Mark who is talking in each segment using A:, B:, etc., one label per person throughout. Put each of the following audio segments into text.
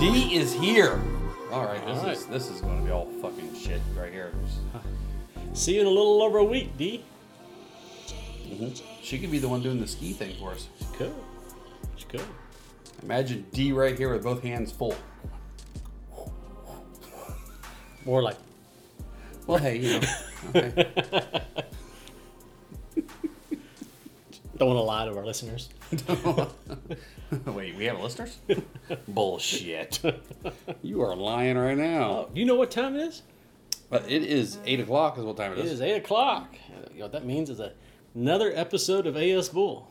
A: D is here. All right, this
B: All right.
A: is this is going to be all fucking shit right here.
B: See you in a little over a week, D.
A: She could be the one doing the ski thing for us.
B: She could. She could.
A: Imagine D right here with both hands full.
B: More like,
A: Well, hey, you know. Okay.
B: don't want to lie to our listeners.
A: Wait, we have listeners? Bullshit. You are lying right
B: Oh,
A: now.
B: do you know what time it is?
A: But it is eight o'clock. Is what time it
B: It
A: is.
B: is 8 o'clock. Uh, You know what that means is a, another episode of AS Bull.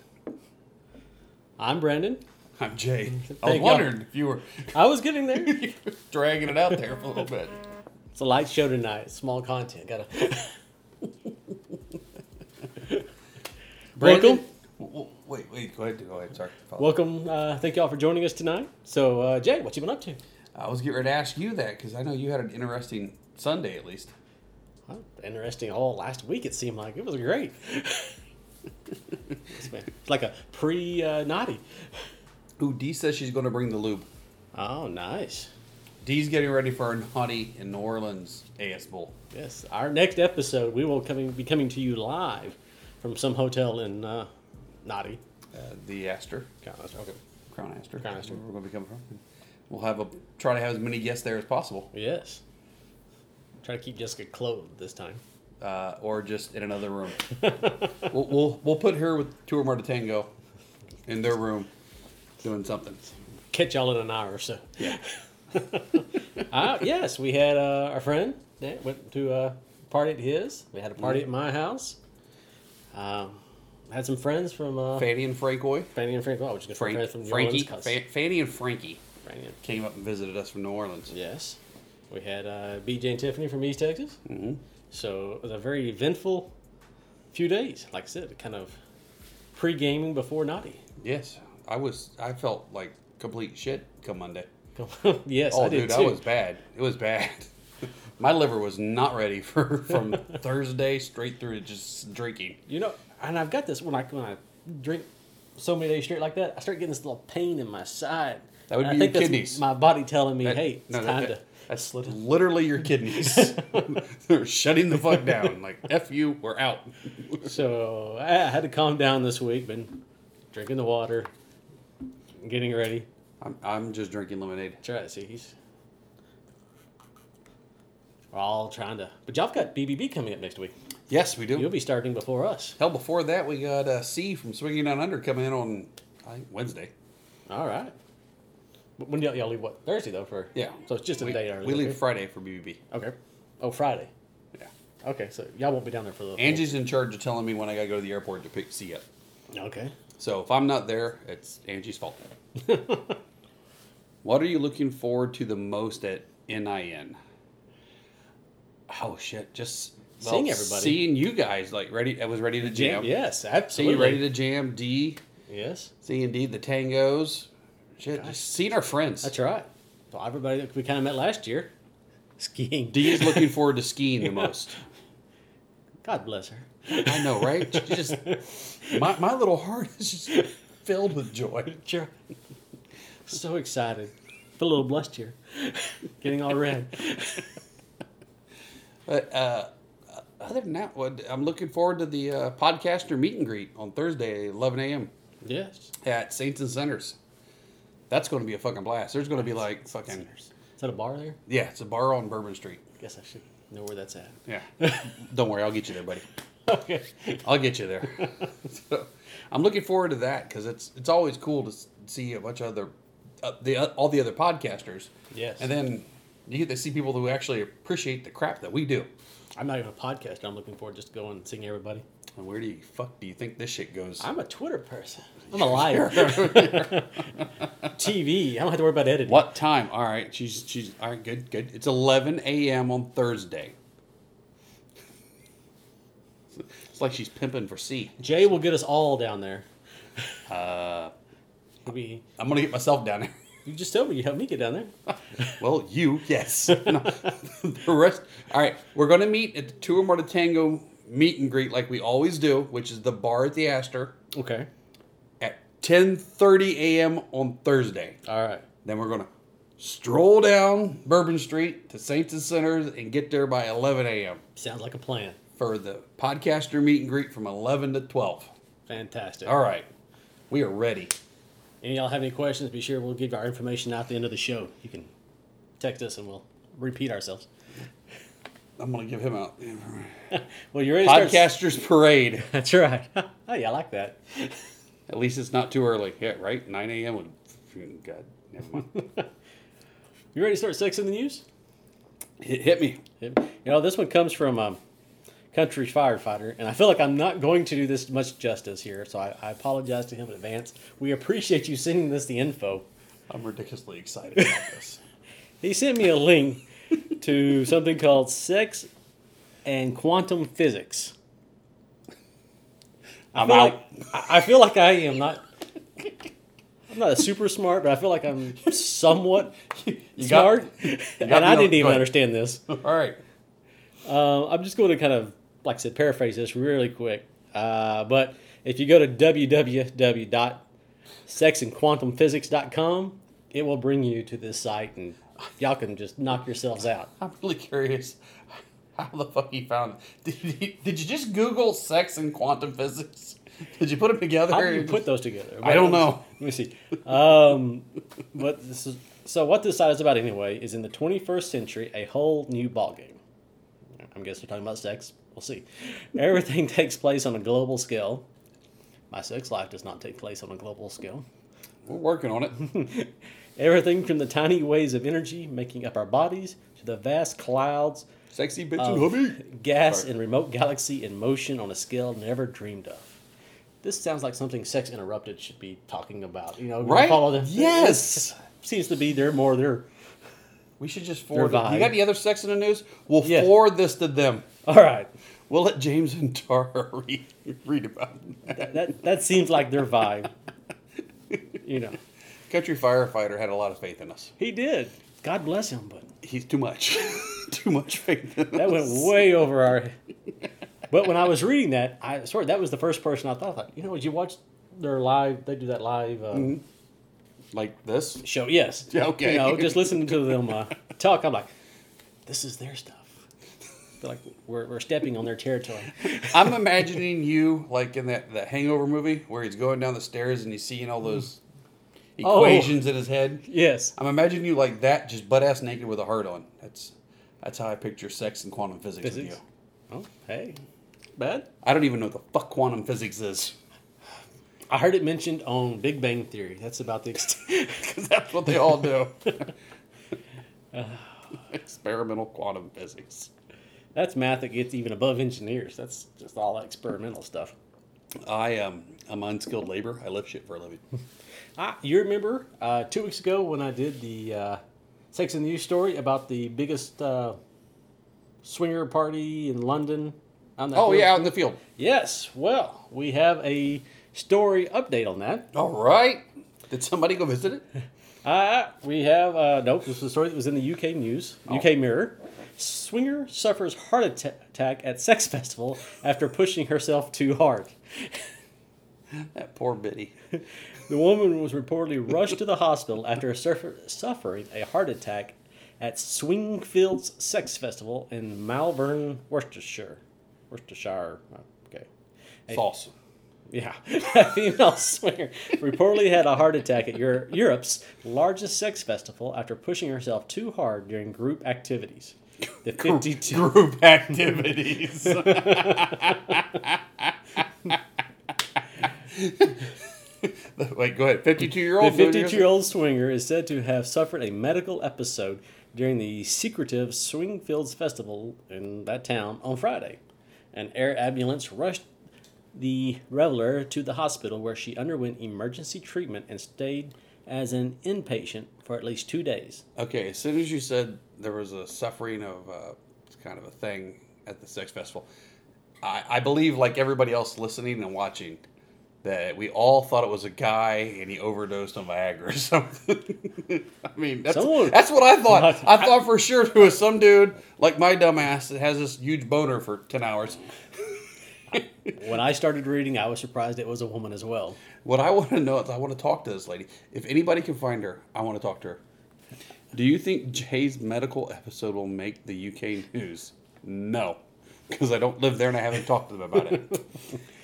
B: I'm Brandon.
A: I'm Jay. I was
B: Thank
A: wondering if you were
B: I was getting there.
A: dragging it out there for a little bit.
B: It's a light show tonight. Small content. Gotta.
A: Brandon- W- w- Wait, wait. Go ahead. Go ahead. Sorry. Follow.
B: Welcome. Uh, thank y'all for joining us tonight. So, uh, Jay, what you been up to?
A: I was getting ready to ask you that because I know you had an interesting Sunday at least.
B: Huh, interesting. All last week it seemed like it was great. it's been- it's like a pre uh, naughty.
A: Ooh, Dee says she's going to bring the lube.
B: Oh, nice.
A: Dee's getting ready for our naughty in New Orleans AS Bowl.
B: Yes. Our next episode, we will coming be coming to you live from some hotel in uh, naughty.
A: Uh, the Astor,
B: God, that's- Okay.
A: Crown Astor.
B: Crown Astor.
A: We're going to be coming from. We'll have a try to have as many guests there as possible,
B: Yes. Try to keep Jessica clothed this time.
A: uh, or just in another room. we'll, we'll we'll put her with two or more to tango in their room doing something.
B: catch y'all in an hour or so. Yeah. uh, yes, we had uh, our friend that went to a party at his. We had a party at my house. Um, had some friends from uh,
A: Fanny and Frankoy.
B: Fanny and Frank. Oh, which is
A: Frank,
B: friends from New
A: Frankie,
B: Orleans. cuz-
A: Fa- Fanny and Frankie
B: Franny and-
A: came up and visited us from New Orleans.
B: Yes. We had uh, BJ and Tiffany from East Texas. Mm-hmm. So it was a very eventful few days. Like I said, kind of pre gaming before naughty.
A: Yes, I was. I felt like complete shit come Monday.
B: yes,
A: Oh,
B: I did
A: dude,
B: too.
A: that was bad. It was bad. My liver was not ready for from Thursday straight through to just drinking.
B: You know, and I've got this when I when I drink so many days straight like that, I start getting this little pain in my side.
A: That would
B: And
A: be
B: I think
A: your
B: that's
A: kidneys.
B: My body telling me, hey, it's
A: No, that-
B: time
A: that-
B: to.
A: that's literally your kidneys. They're shutting the fuck down. Like f you, we're out.
B: So I I had to calm down this week. Been drinking the water, getting ready.
A: I'm, I'm just drinking lemonade.
B: Try to see he's. We're all trying to, but y'all have got BBB coming up next week.
A: Yes, we do.
B: You'll be starting before us.
A: Hell, before that we got uh, C from Swinging Down Under coming in on I think Wednesday.
B: All right. But When y'all, y'all leave? What Thursday though? For
A: Yeah,
B: So it's just a
A: we,
B: day early.
A: We leave
B: okay?
A: Friday for BBB.
B: okay. Oh, Friday.
A: Yeah,
B: Okay, so y'all won't be down there for the.
A: Angie's in charge of telling me when I gotta go to the airport to pick C up.
B: Okay.
A: So if I'm not there, it's Angie's fault. what are you looking forward to the most at NIN? Oh shit! Just
B: Seeing everybody.
A: seeing you guys like ready. I was ready to jam.
B: Jam, yes,
A: seeing
B: absolutely.
A: you ready to jam. D,
B: Yes,
A: C and D, the tangos. Shit, just seeing our friends.
B: that's right. So everybody that we kind of met last year, skiing.
A: D is looking forward to skiing the most.
B: God bless her.
A: I know, right? She Just my my little heart is just filled with joy.
B: Sure. so excited. Feel a little blushed here. Getting all red.
A: But uh, other than that, what I'm looking forward to the uh, podcaster meet and greet on Thursday, 11 a.m.
B: Yes.
A: at Saints and Sinners. That's going to be a fucking blast. There's going to be like fucking
B: Sinners. Is that a bar there?
A: yeah, it's a bar on Bourbon Street.
B: Guess I should know where that's at.
A: Yeah, don't worry, I'll get you there, buddy.
B: Okay.
A: I'll get you there. so, I'm looking forward to that because it's it's always cool to s- see a bunch of other uh, the uh, all the other podcasters.
B: Yes.
A: and then you get to see people who actually appreciate the crap that we do.
B: I'm not even a podcaster. I'm looking forward just to going and seeing everybody.
A: And where do you fuck do you think this shit goes?
B: I'm a Twitter person. I'm a liar. TV. I don't have to worry about editing.
A: What time? All right, she's she's all right. Good, good. It's eleven a.m. on Thursday. It's like she's pimping for C.
B: Jay will get us all down there. Uh, Maybe
A: I'm gonna get myself down there.
B: you just told me you helped me get down there.
A: Well, you yes. No. the rest. All right, we're gonna meet at the Two or More to Tango meet and greet like we always do, which is the bar at the Astor
B: Okay.
A: at ten thirty a.m. on Thursday.
B: All right.
A: Then we're gonna stroll down Bourbon Street to Saints and Sinners and get there by 11 a.m.
B: Sounds like a plan.
A: for the podcaster meet and greet from 11 to 12.
B: Fantastic.
A: All right. We are ready.
B: Any y'all have any questions? Be sure we'll give our information out at the end of the show. You can text us and we'll repeat ourselves.
A: I'm going to give him out.
B: Well, you're ready to start-
A: Podcasters Parade.
B: That's right. oh yeah, I like that.
A: At least it's not too early. Yeah, right? 9 a.m. would- God, never mind.
B: You ready to start sex in the news?
A: Hit, hit me.
B: You know, this one comes from um, country firefighter, and I feel like I'm not going to do this much justice here, so I, I apologize to him in advance. We appreciate you sending us the info.
A: I'm ridiculously excited about this.
B: He sent me a link to something called Sex and Quantum Physics. I
A: I'm
B: feel
A: out.
B: like- I- I feel like I am not. I'm not super smart, but I feel like I'm somewhat
A: got-
B: smart, and I
A: me on-
B: didn't
A: go
B: even
A: ahead.
B: understand this.
A: All right.
B: Um, I'm just going to kind of, like I said, paraphrase this really quick. Uh, but if you go to www.sexandquantumphysics.com, it will bring you to this site, and y'all can just knock yourselves out.
A: I'm really curious how the fuck he found it. Did, he, did you just Google sex and quantum physics? Did you put them together?
B: How do you put those together?
A: I don't know.
B: Let me see. Um, but this is so. What this site is about, anyway, is in the 21st century, a whole new ballgame. I'm guessing they're talking about sex. We'll see. Everything takes place on a global scale. My sex life does not take place on a global scale.
A: We're working on it.
B: Everything from the tiny waves of energy making up our bodies to the vast clouds,
A: Sexy bitch and hubby.
B: gas,
A: Sorry.
B: and remote galaxy in motion on a scale never dreamed of. This sounds like something Sex Interrupted should be talking about. You know,
A: Right?
B: Follow them.
A: Yes.
B: seems to be there more there.
A: We should just forward.
B: Their
A: it. You
B: vibe.
A: got any other sex in the news? We'll
B: Yeah.
A: forward this to them.
B: All right,
A: We'll let James and Tara read, read about it.
B: that that seems like their vibe. you know,
A: Country firefighter had a lot of faith in us.
B: he did. God bless him, but
A: He's too much. too much faith in
B: that
A: us.
B: went way over our. But when I was reading that, I swear that was the first person I thought. Like, you know, did you watch their live? They do that live. Uh,
A: Mm-hmm. Like this?
B: show. Yes.
A: Yeah, okay.
B: You know, just listening to them uh, talk, I'm like, this is their stuff. They're like, we're, we're stepping on their territory.
A: I'm imagining you like in that, that hangover movie where he's going down the stairs and he's seeing all those Mm.
B: Oh.
A: equations in his head.
B: Yes.
A: I'm imagining you like that, just butt ass naked with a heart on. That's that's how I picture sex and quantum physics,
B: Physics?
A: with you.
B: Oh, hey. Bad.
A: I don't even know what the fuck quantum physics is.
B: I heard it mentioned on Big Bang Theory. That's about the extent.
A: Because that's what they all do. Experimental quantum physics.
B: That's math that gets even above engineers. That's just all that experimental stuff.
A: I am I'm unskilled labor. I lift shit for a living.
B: Ah, you remember uh, two weeks ago when I did the uh, Sex and the News story about the biggest uh, swinger party in London? On that
A: Oh
B: field?
A: yeah, out in the field.
B: Yes, well, we have a story update on that.
A: All right. Did somebody go visit it?
B: Uh, we have, uh, nope, this is a story that was in the UK News, UK Mirror. Swinger suffers heart atta- attack at sex festival after pushing herself too hard.
A: That poor biddy.
B: The woman was reportedly rushed to the hospital after suffer- suffering a heart attack at Swingfields Sex Festival in Malvern, Worcestershire. Worcestershire, okay.
A: False.
B: Yeah, a female swinger reportedly had a heart attack at Euro- Europe's largest sex festival after pushing herself too hard during group activities. The 52
A: Group activities. Wait, go ahead. Fifty-two year
B: the
A: old.
B: 52 year old swinger is said to have suffered a medical episode during the secretive Swingfields Festival in that town on Friday. An air ambulance rushed the reveler to the hospital where she underwent emergency treatment and stayed as an inpatient for at least two days.
A: Okay, as soon as you said there was a suffering of uh, it's kind of a thing at the sex festival, I, I believe, like everybody else listening and watching, that we all thought it was a guy and he overdosed on Viagra or something. I mean, that's,
B: Someone-
A: that's what I thought. I thought for sure it was some dude like my dumbass that has this huge boner for 10 hours.
B: When I started reading, I was surprised it was a woman as well.
A: What I want to know is I want to talk to this lady. If anybody can find her, I want to talk to her. Do you think Jay's medical episode will make the UK news? No, because I don't live there and I haven't talked to them about it.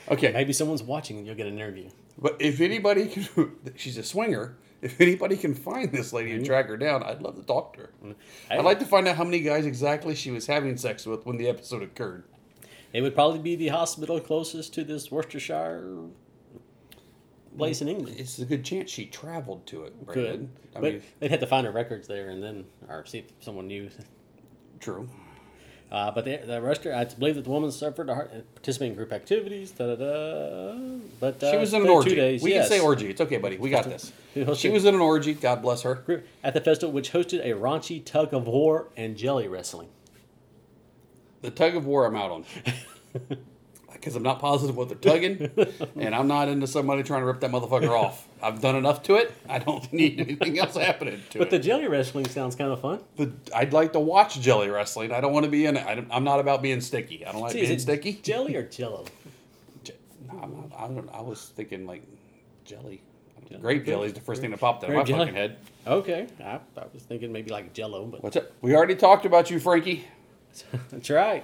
A: Okay,
B: Maybe someone's watching and you'll get an interview.
A: but if anybody can, she's a swinger. If anybody can find this lady and track her down, I'd love to talk to her. I'd like to find out how many guys exactly she was having sex with when the episode occurred.
B: It would probably be the hospital closest to this Worcestershire place in England.
A: It's a good chance she traveled to it.
B: Could.
A: Brandon. I
B: But
A: mean,
B: they'd have to find her records there and then, or see if someone knew.
A: true.
B: Uh, but the, the arrestor, I believe that the woman suffered a heart, participating in group activities. Da da da. But uh,
A: She was in an
B: for
A: orgy.
B: Two days,
A: we
B: yes.
A: can say orgy. It's okay, buddy. We got this.
B: Yes.
A: She was in an orgy. God bless her.
B: Group- At the festival, which hosted a raunchy tug of war and jelly wrestling.
A: The tug of war I'm out on. Because I'm not positive what they're tugging, and I'm not into somebody trying to rip that motherfucker off. I've done enough to it. I don't need anything else happening to
B: But the
A: it.
B: jelly wrestling sounds kind of fun.
A: The- I'd like to watch jelly wrestling. I don't want to be in it. I don't- I'm not about being sticky. I don't like
B: See,
A: being
B: is it
A: sticky.
B: jelly or jello?
A: Je- no, I'm not- I, don't, I was thinking like jelly. Grape jelly is the first thing that popped out of
B: Grape
A: my
B: jelly.
A: fucking head.
B: Okay, I, I was thinking maybe like jello, but
A: What's up? We already talked about you, Frankie.
B: that's right.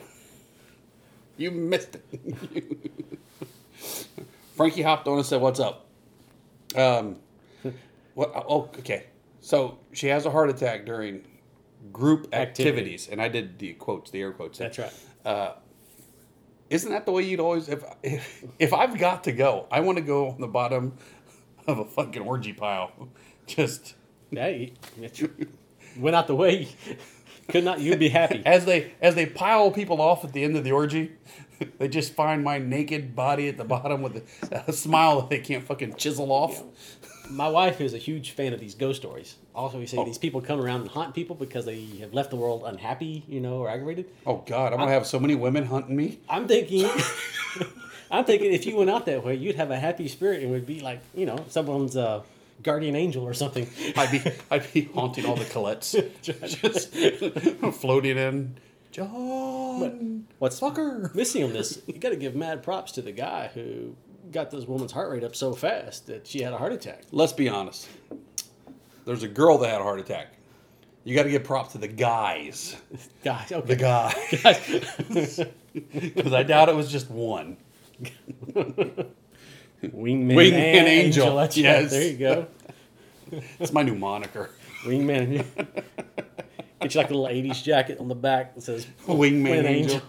A: You missed it. Frankie hopped on and said, "What's up?" Um, what? Oh, okay. So she has a heart attack during group
B: Activity.
A: activities, and I did the quotes, the air quotes.
B: That's right.
A: Isn't that the way you'd always? If if, if I've got to go, I want to go on the bottom of a fucking orgy pile. Just
B: Hey, that's- went out the way. Could not you be happy?
A: as they as they pile people off at the end of the orgy, they just find my naked body at the bottom with a, a smile that they can't fucking chisel off.
B: My wife is a huge fan of these ghost stories. Also, we say these people come around and haunt people because they have left the world unhappy, you know, or aggravated.
A: Oh God, I'm gonna have so many women hunting me.
B: I'm thinking, I'm thinking if you went out that way, you'd have a happy spirit and would be like, you know, someone's uh, guardian angel or something.
A: I'd be I'd be haunting all the Colettes, just floating in. John,
B: What's
A: fucker.
B: missing on this? You got to give mad props to the guy who got this woman's heart rate up so fast that she had a heart attack.
A: Let's be honest. There's a girl that had a heart attack. You got to give props to the guys.
B: Guys,
A: The
B: okay.
A: guy, because I doubt it was just one.
B: Wingman,
A: Wingman
B: and
A: Angel,
B: That's
A: yes.
B: right. There you go.
A: It's my new moniker,
B: Wingman. Get you like a little 80s jacket on the back that says
A: Wingman Angel.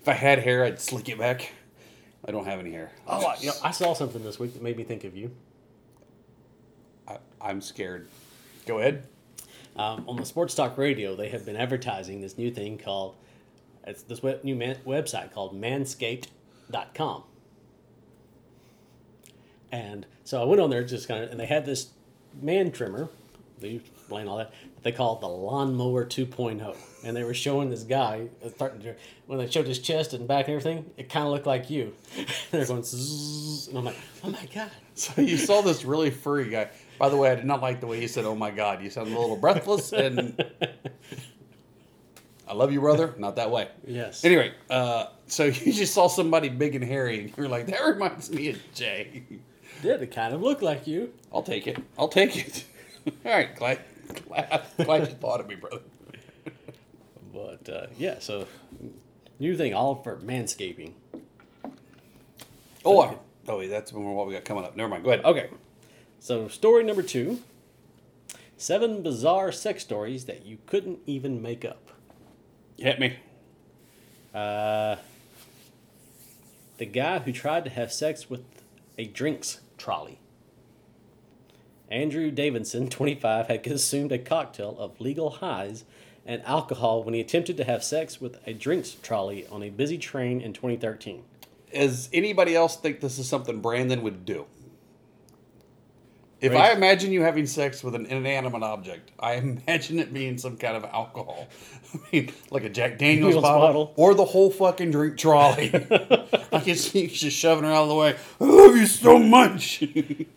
A: If I had hair, I'd slick it back. I don't have any hair.
B: Oh, I, you know, I saw something this week that made me think of you.
A: I, I'm scared. Go ahead.
B: Um, on the Sports Talk Radio, they have been advertising this new thing called, it's this web, new man, website called manscaped.com. And so I went on there just kind of, and they had this man trimmer, they explain all that, that they called the Lawnmower 2.0. And they were showing this guy, uh, starting to, when they showed his chest and back and everything, it kind of looked like you. They're going, zzzz, and I'm like, oh my God.
A: So you saw this really furry guy. By the way, I did not like the way you said, "Oh my God." You sounded a little breathless, and I love you, brother. Not that way.
B: Yes.
A: Anyway, uh, so you just saw somebody big and hairy, and you're like, "That reminds me of Jay."
B: Did it kind of look like you?
A: I'll take it. I'll take it. All right, glad, glad, glad you thought of me, brother.
B: But uh, yeah, so new thing all for manscaping.
A: Oh, I, oh, wait, that's what we got coming up. Never mind. Go ahead. Okay.
B: So story number two: seven bizarre sex stories that you couldn't even make up.
A: Hit me.
B: Uh, the guy who tried to have sex with a drinks trolley. Andrew Davidson, 25, had consumed a cocktail of legal highs and alcohol when he attempted to have sex with a drinks trolley on a busy train in 2013.
A: Does anybody else think this is something Brandon would do? If I
B: Right.
A: imagine you having sex with an inanimate object, I imagine it being some kind of alcohol. I mean, like a Jack Daniels
B: Daniels
A: bottle,
B: bottle.
A: or the whole fucking drink trolley. I can see you just shoving her out of the way. I love you so much.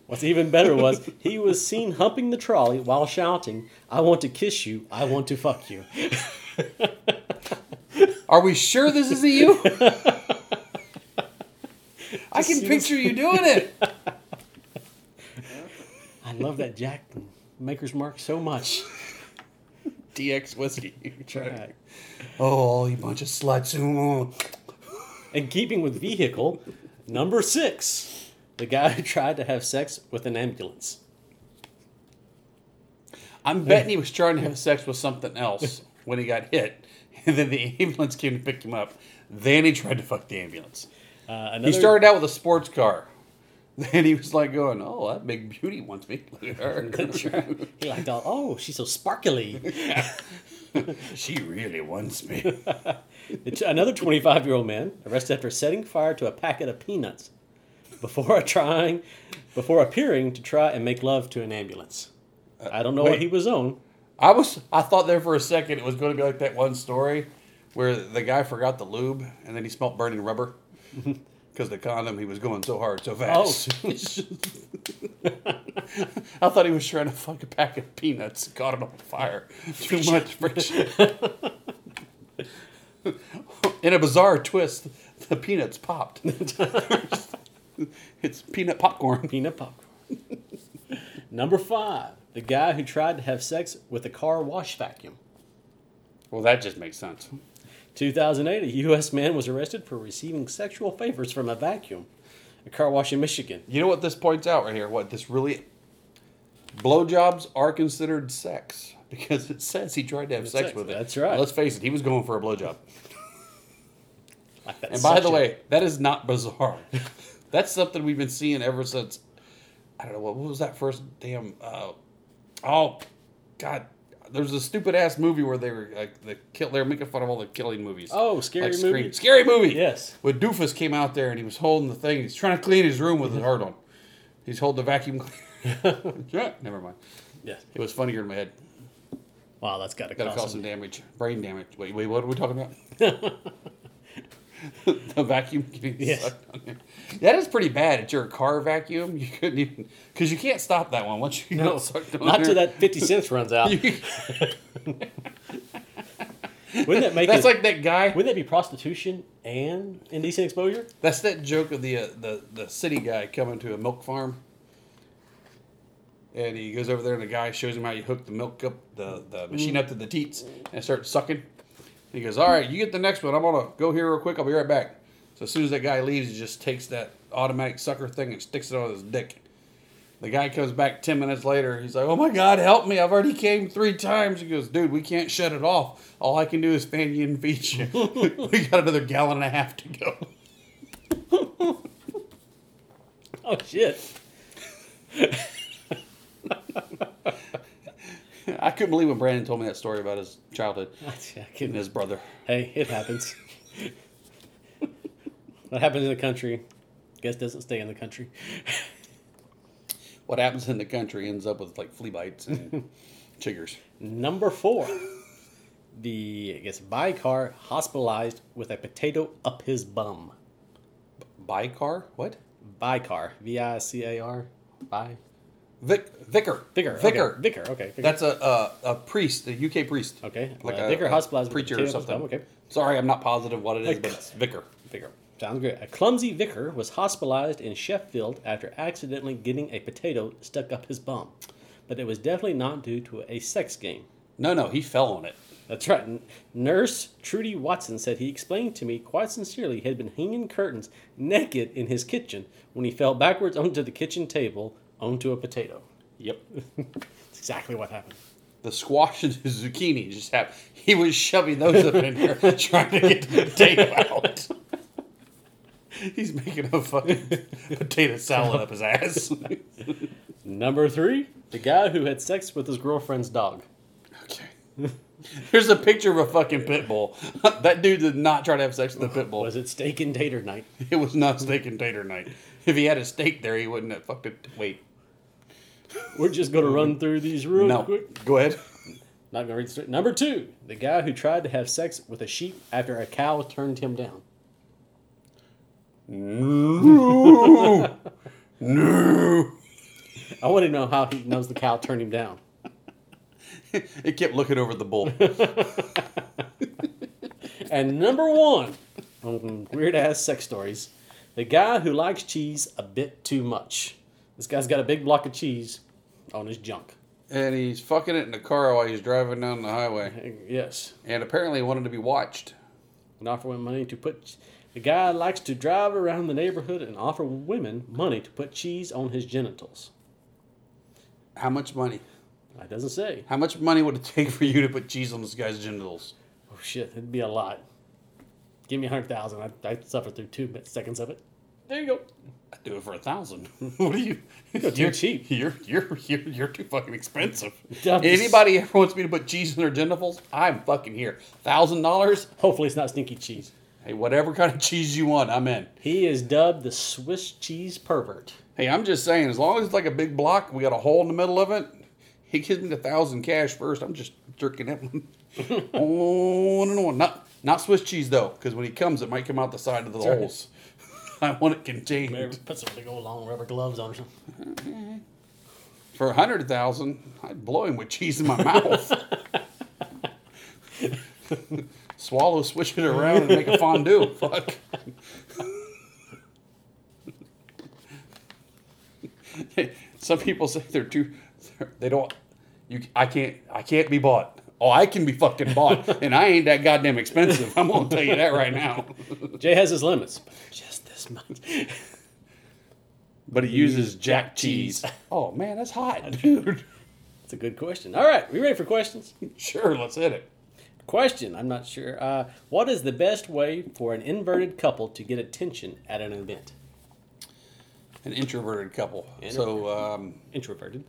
B: What's even better was he was seen humping the trolley while shouting, I want to kiss you, I want to fuck you.
A: Are we sure this isn't you? I can
B: seems-
A: picture you doing it.
B: I love that Jack Maker's Mark so much.
A: DX whiskey.
B: Right.
A: Oh, you bunch of sluts. Oh,
B: In keeping with vehicle, number six, the guy who tried to have sex with an ambulance.
A: I'm betting he was trying to have sex with something else when he got hit, and then the ambulance came to pick him up. Then he tried to fuck the ambulance.
B: Uh, another,
A: He started out with a sports car. Then he was like going, "Oh, that big beauty wants me. Look at her.
B: He liked all, oh, she's so sparkly.
A: she really wants me."
B: It's Another 25 year old man arrested after setting fire to a packet of peanuts before trying, before appearing to try and make love to an ambulance. I don't know what
A: wait.
B: he was on.
A: I was I thought there for a second it was going to be like that one story where the guy forgot the lube and then he smelled burning rubber because the condom he was going so hard so fast. I thought he was trying to fuck a pack of peanuts, caught it on fire. Too much friction. In a bizarre twist, the peanuts popped. it's peanut popcorn.
B: Peanut popcorn. Number five, the guy who tried to have sex with a car wash vacuum.
A: Well, that just makes sense.
B: 2008, a U.S. man was arrested for receiving sexual favors from a vacuum, a car wash in Michigan.
A: You know what this points out right here? What this really blowjobs are considered sex because it says he tried to have sex,
B: sex,
A: with it.
B: that's right.
A: Let's face it, he was going for a blowjob.
B: Like, that's
A: And by
B: such
A: the
B: a-
A: way, that is not bizarre. that's something we've been seeing ever since. I don't know what, what was that first damn. Uh, oh, God. There's a stupid ass movie where they were like the kill. They were making fun of all the killing movies.
B: Oh, Scary
A: Scream-
B: Movie?
A: Scary movie.
B: Yes.
A: When Doofus came out there and he was holding the thing, he's trying to clean his room with his
B: Mm-hmm.
A: heart on. He's holding the vacuum cleaner. Yeah, Never mind.
B: yes.
A: It was funnier in my head.
B: wow, that's got to
A: Gotta
B: cost
A: cause
B: some
A: some damage, brain damage. Wait, wait, what are we talking about? the vacuum getting
B: Yes.
A: sucked on there. That is pretty bad. It's your car vacuum. You couldn't even because you can't stop that one once you
B: No,
A: get sucked on
B: not till
A: there.
B: that 50 cents runs out. Wouldn't that make
A: That's
B: it-
A: like that guy.
B: Wouldn't that be prostitution and indecent exposure?
A: That's that joke of the, uh, the the city guy coming to a milk farm, and he goes over there, and the guy shows him how you hook the milk up the the machine up to the teats and starts sucking. he goes, "All right, you get the next one. I'm gonna go here real quick. I'll be right back." So as soon as that guy leaves, he just takes that automatic sucker thing and sticks it on his dick. The guy comes back ten minutes later. He's like, "Oh my God, help me! I've already came three times." He goes, "Dude, we can't shut it off. All I can do is fan you and feed you. we got another gallon and a half to go."
B: Oh, shit.
A: I couldn't believe when Brandon told me that story about his childhood
B: I
A: and
B: couldn't-
A: his brother.
B: Hey, it happens. what happens in the country, I guess doesn't stay in the country.
A: What happens in the country ends up with like flea bites and chiggers.
B: Number four, the I guess bicar hospitalized with a potato up his bum.
A: Bicar? What?
B: Bicar, V I C A R, bi.
A: Vic, vicar.
B: Vicar. okay,
A: Vicar.
B: Vicar. Okay. Vicar.
A: That's a, a, a priest, a UK priest.
B: okay.
A: Like
B: uh,
A: a,
B: vicar
A: a
B: hospitalized with a
A: preacher
B: potato
A: or
B: up his
A: something.
B: bum, Okay.
A: Sorry, I'm not positive what it is,
B: Like-
A: but it's vicar.
B: Vicar. Sounds good. A clumsy vicar was hospitalized in Sheffield after accidentally getting a potato stuck up his bum, but it was definitely not due to a sex game.
A: No, no, he fell on it.
B: That's right. N- Nurse Trudy Watson said he explained to me quite sincerely he had been hanging curtains naked in his kitchen when he fell backwards onto the kitchen table onto a potato.
A: Yep.
B: That's exactly what happened.
A: The squash and the zucchini just happened. He was shoving those up in there, trying to get the potato out. He's making a fucking potato salad up his ass.
B: Number three, the guy who had sex with his girlfriend's dog.
A: Okay. Here's a picture of a fucking pit bull. that dude did not try to have sex with the pit bull.
B: Was it steak and tater night?
A: It was not steak and tater night. If he had a steak there, he wouldn't have fucking. Wait.
B: We're just going to run through these real
A: No.
B: quick.
A: Go ahead.
B: Not gonna read the story. Number two, the guy who tried to have sex with a sheep after a cow turned him down.
A: No. no.
B: I want to know how he knows the cow turned him down.
A: It kept looking over the bull.
B: And number one, weird ass sex stories, the guy who likes cheese a bit too much. This guy's got a big block of cheese on his junk.
A: and he's fucking it in the car while he's driving down the highway,
B: Yes.
A: and apparently wanted to be watched.
B: and offer women money to put. The guy likes to drive around the neighborhood and offer women money to put cheese on his genitals.
A: How much money?
B: That doesn't say.
A: How much money would it take for you to put cheese on this guy's genitals?
B: Oh shit, it'd be a lot. Give me a hundred thousand. I I suffered through two mi- seconds of it. There you go.
A: I'd do it for a thousand. what are you?
B: You're too cheap.
A: You're you're you're, you're too fucking expensive.
B: I'm just-
A: Anybody ever wants me to put cheese in their genitals? I'm fucking here. Thousand dollars?
B: Hopefully, it's not stinky cheese.
A: Hey, whatever kind of cheese you want, I'm in.
B: He is dubbed the Swiss cheese pervert.
A: Hey, I'm just saying, as long as it's like a big block, we got a hole in the middle of it. He gives me the thousand cash first. I'm just jerking that one on and on. Not not Swiss cheese though, because when he comes, it might come out the side of the
B: right.
A: holes. I want it contained.
B: Maybe Put some big old long rubber gloves on him.
A: For a hundred thousand, I'd blow him with cheese in my mouth. Swallow, switch it around, and make a fondue. Fuck. Some people say they're too. They don't. You. I can't. I can't be bought. Oh, I can be fucking bought, and I ain't that goddamn expensive. I'm gonna tell you that right now.
B: Jay has his limits, but just this much.
A: But he uses jack cheese. Oh man, that's hot, dude.
B: It's a good question. All right, we ready for questions?
A: Sure, let's hit it.
B: Question, I'm not sure. Uh, what is the best way for an inverted couple to get attention at an event?
A: an introverted couple. So um,
B: Introverted.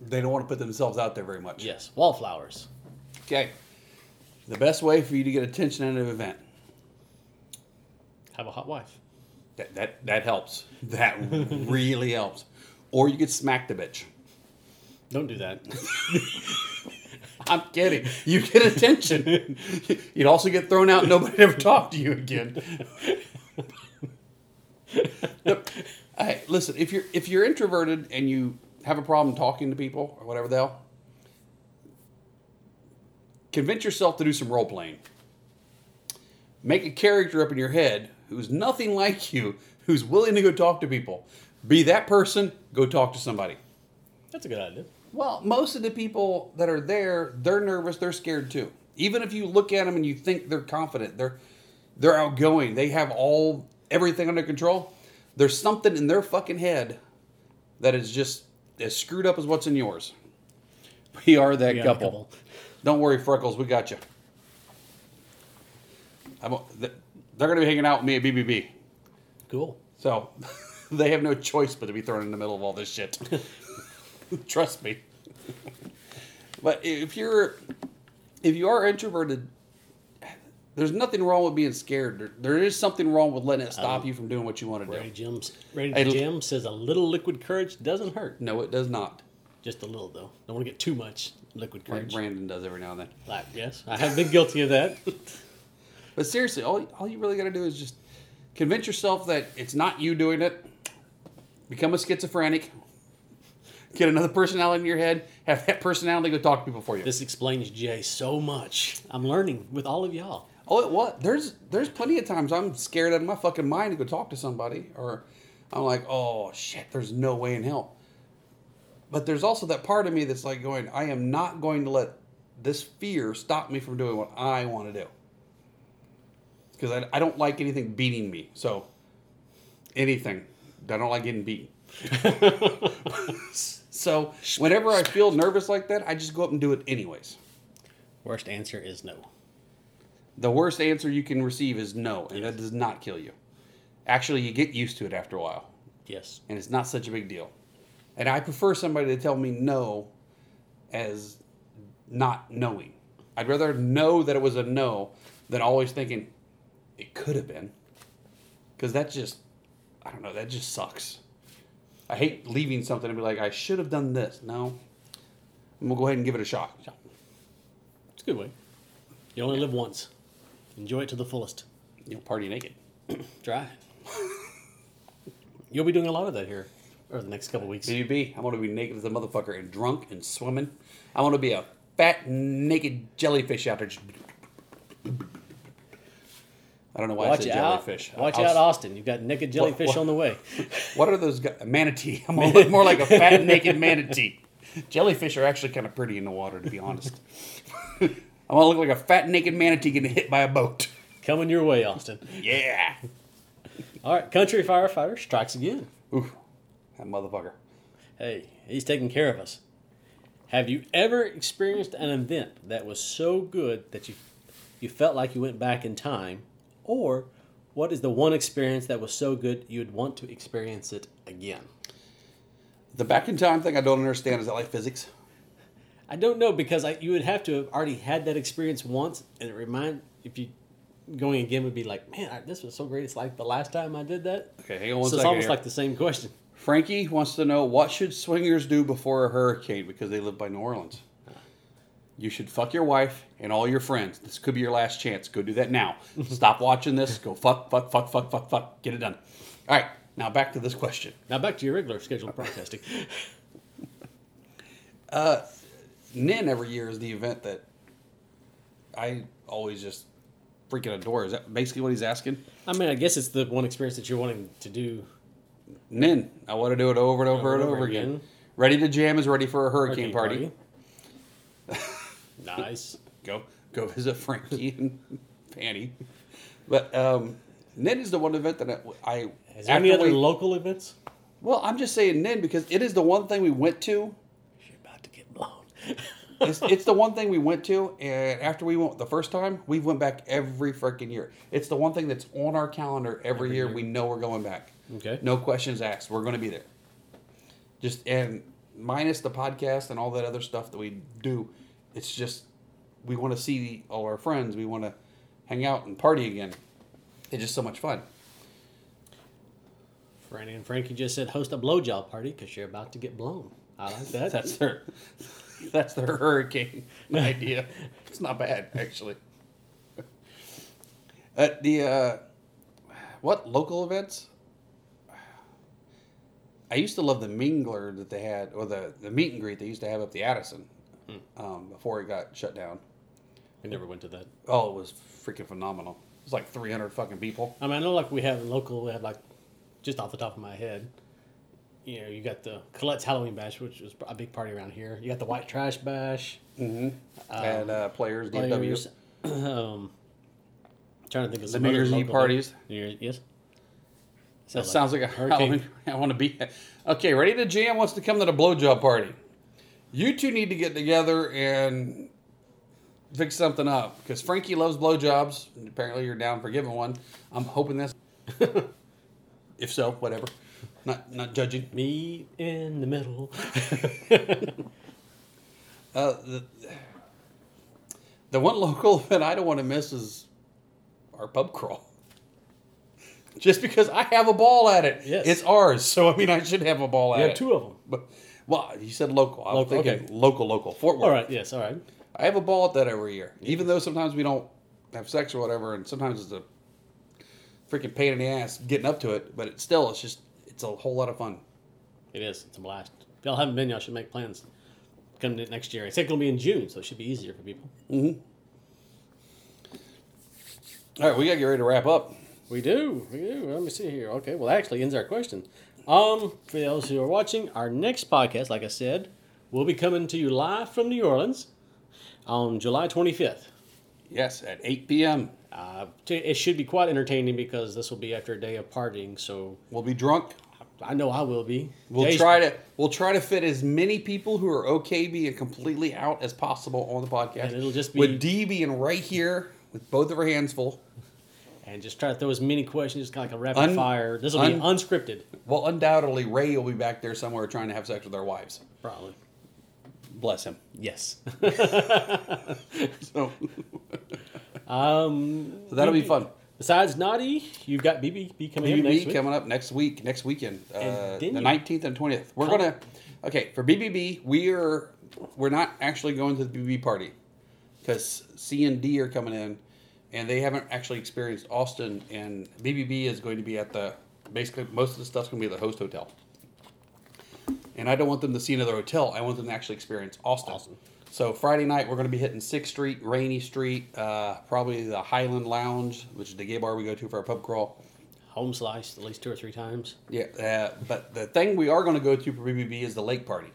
A: they don't want to put themselves out there very much.
B: Yes, wallflowers.
A: Okay. The best way for you to get attention at an event
B: Have a hot wife.
A: that that, that helps. That really helps. Or you could smack the bitch.
B: Don't do that.
A: I'm kidding. You get attention. You'd also get thrown out. and Nobody ever talked to you again. Look, hey, listen. If you're if you're introverted and you have a problem talking to people or whatever the hell, convince yourself to do some role playing. Make a character up in your head who's nothing like you, who's willing to go talk to people. Be that person. Go talk to somebody.
B: That's a good idea.
A: Well, most of the people that are there, they're nervous, they're scared too. Even if you look at them and you think they're confident, they're they're outgoing, they have all everything under control. There's something in their fucking head that is just as screwed up as what's in yours. We are that
B: We are the
A: couple.
B: couple.
A: Don't worry, Freckles, we got you. I'm, th- they're going to be hanging out with me at BBB.
B: Cool.
A: So they have no choice but to be thrown in the middle of all this shit. Trust me. but if you're if you are introverted, there's nothing wrong with being scared. There, there is something wrong with letting it stop you from doing what you want to
B: Ready
A: do.
B: Jim's. Ready
A: Hey, l-
B: Jim says a little liquid courage doesn't hurt.
A: No, it does not.
B: Just a little though. Don't want to get too much liquid
A: Like
B: courage.
A: Brandon does every now and then.
B: Like, yes, I have been guilty of that.
A: But seriously, all, all you really got to do is just convince yourself that it's not you doing it. Become a schizophrenic. Get another personality in your head. Have that personality go talk to people for you.
B: this explains Jay so much. I'm learning with all of y'all.
A: Oh, it was. There's there's plenty of times I'm scared out of my fucking mind to go talk to somebody, or I'm like, oh shit, there's no way in hell. But there's also that part of me that's like going, I am not going to let this fear stop me from doing what I want to do. Because I, I don't like anything beating me. So anything, I don't like getting beaten. so whenever I feel nervous like that, I just go up and do it anyways.
B: Worst answer is no.
A: The worst answer you can receive is no, and that does not kill you. Actually, you get used to it after a while,
B: Yes.
A: and it's not such a big deal. And I prefer somebody to tell me no as not knowing. I'd rather know that it was a no than always thinking it could have been. Because that just, I don't know, that just sucks. I hate leaving something and be like, I should have done this. No. I'm going to go ahead and give it a shot.
B: It's a good way. You only live once. Enjoy it to the fullest.
A: You know, party naked.
B: Try. You'll be doing a lot of that here over the next couple weeks.
A: BB, I'm gonna be naked as a motherfucker and drunk and swimming. I want to be a fat naked jellyfish out there. Just... I don't know why I
B: Watch
A: said
B: out.
A: jellyfish.
B: Watch
A: I'll-
B: out, Austin. You've got naked jellyfish
A: what-
B: on the way.
A: What are those guys? Manatee. I'm gonna look more like a fat naked manatee. Jellyfish are actually kind of pretty in the water, to be honest. I'm gonna look like a fat naked manatee getting hit by a boat.
B: Coming your way, Austin.
A: Yeah.
B: All right, country firefighter strikes again.
A: Ooh, that motherfucker.
B: Hey, he's taking care of us. Have you ever experienced an event that was so good that you you felt like you went back in time, or what is the one experience that was so good you'd want to experience it again?
A: The back in time thing I don't understand is that like physics.
B: I don't know because I, you would have to have already had that experience once, and it remind if you going again would be like, man, I, this was so great. It's like the last time I did that.
A: Okay, hang on one
B: so
A: second
B: it's almost
A: here.
B: like the same question.
A: Frankie wants to know what should swingers do before a hurricane because they live by New Orleans. You should fuck your wife and all your friends. This could be your last chance. Go do that now. Stop watching this. Go fuck, fuck, fuck, fuck, fuck, fuck. Get it done. All right. Now back to this question.
B: Now back to your regular scheduled broadcasting.
A: Nin every year is the event that I always just freaking adore. Is that basically what he's asking?
B: I mean, I guess it's the one experience that you're wanting to do.
A: Nin, I want to do it over and over and over, again. Ready to jam is ready for a hurricane,
B: Hurricane
A: party.
B: party. nice.
A: go go visit Frankie and Fanny. But um, Nin is the one event that I. I
B: Is there any
A: after
B: other
A: we-
B: local events?
A: well, I'm just saying Nin because it is the one thing we went to.
B: You're about to get blown.
A: It's, it's the one thing we went to, and after we went the first time, we went back every freaking year. It's the one thing that's on our calendar every, year. We know we're going back.
B: Okay.
A: No questions asked. We're going to be there. Just and minus the podcast and all that other stuff that we do, it's just we want to see all our friends. We want to hang out and party again. It's just so much fun.
B: Franny and Frankie just said host a blowjob party because you're about to get blown. I like that.
A: That's their that's their hurricane idea. It's not bad actually. At the uh, what local events? I used to love the mingler that they had, or the, the meet and greet they used to have up the Addison um, before it got shut down.
B: we never went to that.
A: Oh, it was freaking phenomenal. It was like 300 fucking people.
B: I mean, I know like we have local, we have like just off the top of my head. You know, you got the Colette's Halloween Bash, which was a big party around here. You got the White Trash Bash.
A: and uh, players,
B: players.
A: DFW.
B: um, trying to think of some
A: New
B: other
A: Year's Eve
B: local-
A: parties.
B: New Year's, yes.
A: That sounds like a hurricane. I want to be. Okay, ready to jam wants to come to the blowjob party. You two need to get together and fix something up because Frankie loves blowjobs. and Apparently, you're down for giving one. I'm hoping this. if so, whatever. Not not judging.
B: Me in the middle.
A: Uh, the, the one local that I don't want to miss is our pub crawl. Just because I have a ball at it.
B: Yes.
A: It's ours, so I mean I should have a ball at
B: You
A: it.
B: have two of them.
A: But, well, you said local. I'm
B: Local,
A: thinking
B: okay.
A: local, local. Fort Worth.
B: All right. Yes. All right.
A: I have a ball at that every year, even though sometimes we don't have sex or whatever, and sometimes it's a freaking pain in the ass getting up to it. But it's still, it's just, it's a whole lot of fun.
B: It is. It's a blast. If y'all haven't been, y'all should make plans. Come to next year. It's going to be in June, so it should be easier for people.
A: All right, we gotta get ready to wrap up.
B: We do. We do. Let me see here. Okay. Well, that actually ends our question. Um, for those who are watching, our next podcast, like I said, will be coming to you live from New Orleans on July 25th.
A: Yes, at 8 p.m.
B: Uh, t- it should be quite entertaining because this will be after a day of partying. So
A: We'll be drunk.
B: I know I will be.
A: We'll
B: Jay's-
A: try to we'll try to fit as many people who are okay being completely out as possible on the podcast.
B: And it'll just be-
A: with D being right here with both of her hands full.
B: and just try to throw as many questions, kind of like a rapid
A: Un-
B: fire. This will be
A: un-
B: unscripted,
A: Well, undoubtedly Ray will be back there somewhere trying to have sex with our wives.
B: probably.
A: Bless him.
B: Yes.
A: So,
B: um,
A: so that'll be fun.
B: Besides Naughty, you've got BBB coming up next
A: BBB
B: week.
A: coming up next week, next weekend, uh,
B: then
A: the
B: you-
A: nineteenth and twentieth. We're
B: Come-
A: gonna okay for BBB. We are we're not actually going to the BBB party because C and D are coming in, and they haven't actually experienced Austin. And BBB is going to be at the basically most of the stuff's gonna be at the host hotel. And I don't want them to see another hotel. I want them to actually experience Austin.
B: Austin.
A: So Friday night we're going to be hitting Sixth Street, Rainy Street, uh, probably the Highland Lounge, which is the gay bar we go to for our pub crawl.
B: Home sliced at least two or three times.
A: Yeah, uh, but the thing we are going to go to for BBB is the lake party.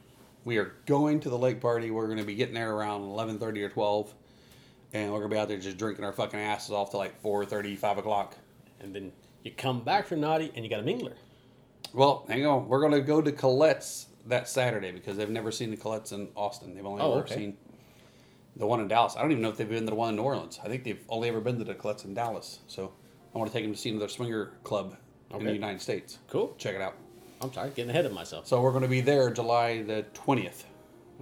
A: We are going to the lake party. We're going to be getting there around 11:30 or 12, and we're going to be out there just drinking our fucking asses off to like 4:30, 5 o'clock.
B: And then you come back from Naughty and you got a mingler.
A: Well, hang on. We're going to go to Colette's that Saturday because they've never seen the Colette's in Austin. They've only
B: Oh,
A: ever
B: okay.
A: seen the one in Dallas. I don't even know if they've been to the one in New Orleans. I think they've only ever been to the Colette's in Dallas. So I want to take them to see another swinger club in the
B: Okay.
A: United States.
B: Cool.
A: Check it out.
B: I'm sorry, getting ahead of myself.
A: So we're going to be there July the 20th.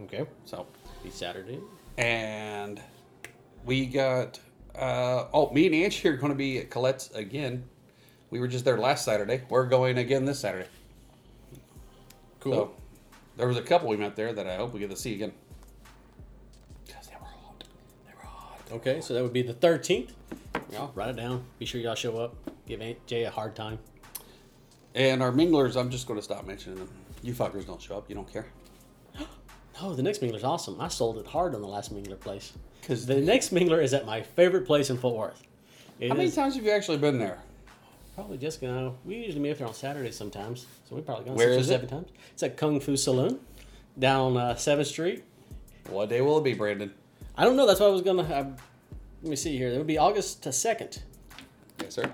B: Okay.
A: So,
B: Be Saturday.
A: and we got, uh, oh, me and Angie are going to be at Colette's again. We were just there last Saturday. We're going again this Saturday.
B: Cool.
A: So, there was a couple we met there that I hope we get to see again. Because they were hot. They were hot.
B: Okay, so that would be the 13th.
A: Yeah.
B: Write it down. Be sure y'all show up. Give Aunt Jay a hard time.
A: And our minglers, I'm just going to stop mentioning them. You fuckers don't show up. You don't care.
B: Oh, the next mingler's awesome. I sold it hard on the last mingler place.
A: 'Cause-
B: the next mingler is at my favorite place in Fort Worth. It
A: How many
B: is
A: times have you actually been there?
B: probably just gonna. We usually meet up there on Saturdays sometimes, so we probably gone
A: Where
B: six or
A: is it?
B: seven times. It's at Kung Fu Saloon down uh, Seventh Street.
A: What day will it be, Brandon?
B: I don't know. That's why I was gonna. have let me see here. That would be August second.
A: Yes, sir.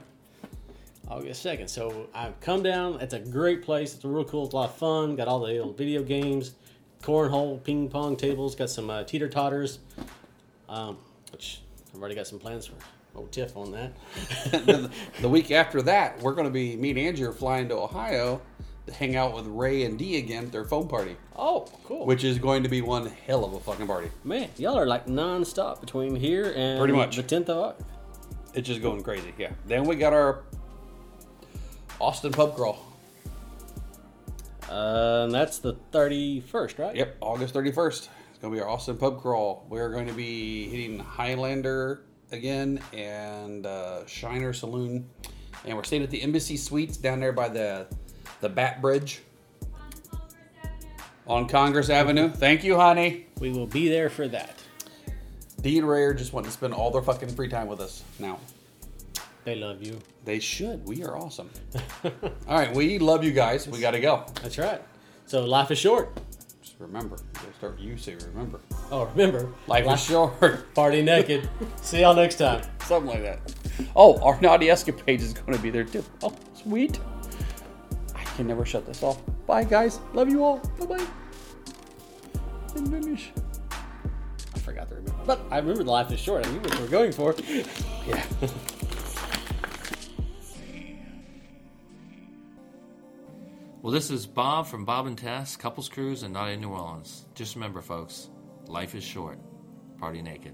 B: August 2nd. So I've come down. It's a great place. It's real cool. It's a lot of fun. Got all the old video games, cornhole, ping pong tables. Got some uh, teeter totters, um, which I've already got some plans for. Old Tiff on that.
A: the, the week after that, we're going to be, me and Angie are flying to Ohio to hang out with Ray and Dee again at their phone party,
B: oh, cool.
A: which is going to be one hell of a fucking party.
B: Man, y'all are like nonstop between here and
A: Pretty much.
B: the 10th of August.
A: It's just going crazy. Yeah. Then we got our Austin pub crawl.
B: Uh, and that's the 31st, right?
A: Yep, August 31st. It's going to be our Austin Pub Crawl. We're going to be hitting Highlander again and uh, Shiner Saloon. And we're staying at the Embassy Suites down there by the the Bat Bridge on Congress Avenue. Thank you, honey.
B: We will be there for that.
A: Dee and Ray are just wanting to spend all their fucking free time with us now.
B: They love you.
A: They should. We are awesome. all right, we love you guys. We got to go.
B: That's right. So life is short.
A: Just remember, you'll start you say remember.
B: Oh, remember,
A: Life is short.
B: Party naked. See y'all next time.
A: Something like that. Oh, our naughty escapades is going to be there too. Oh, sweet. I can never shut this off. Bye, guys. Love you all. Bye bye. Didn't finish.
B: I forgot to remember. But I remember the life is short. I knew what you were going for.
A: Yeah.
C: Well, this is Bob from Bob and Tess, Couples Cruise, and Not in New Orleans. Just remember, folks, life is short. Party naked.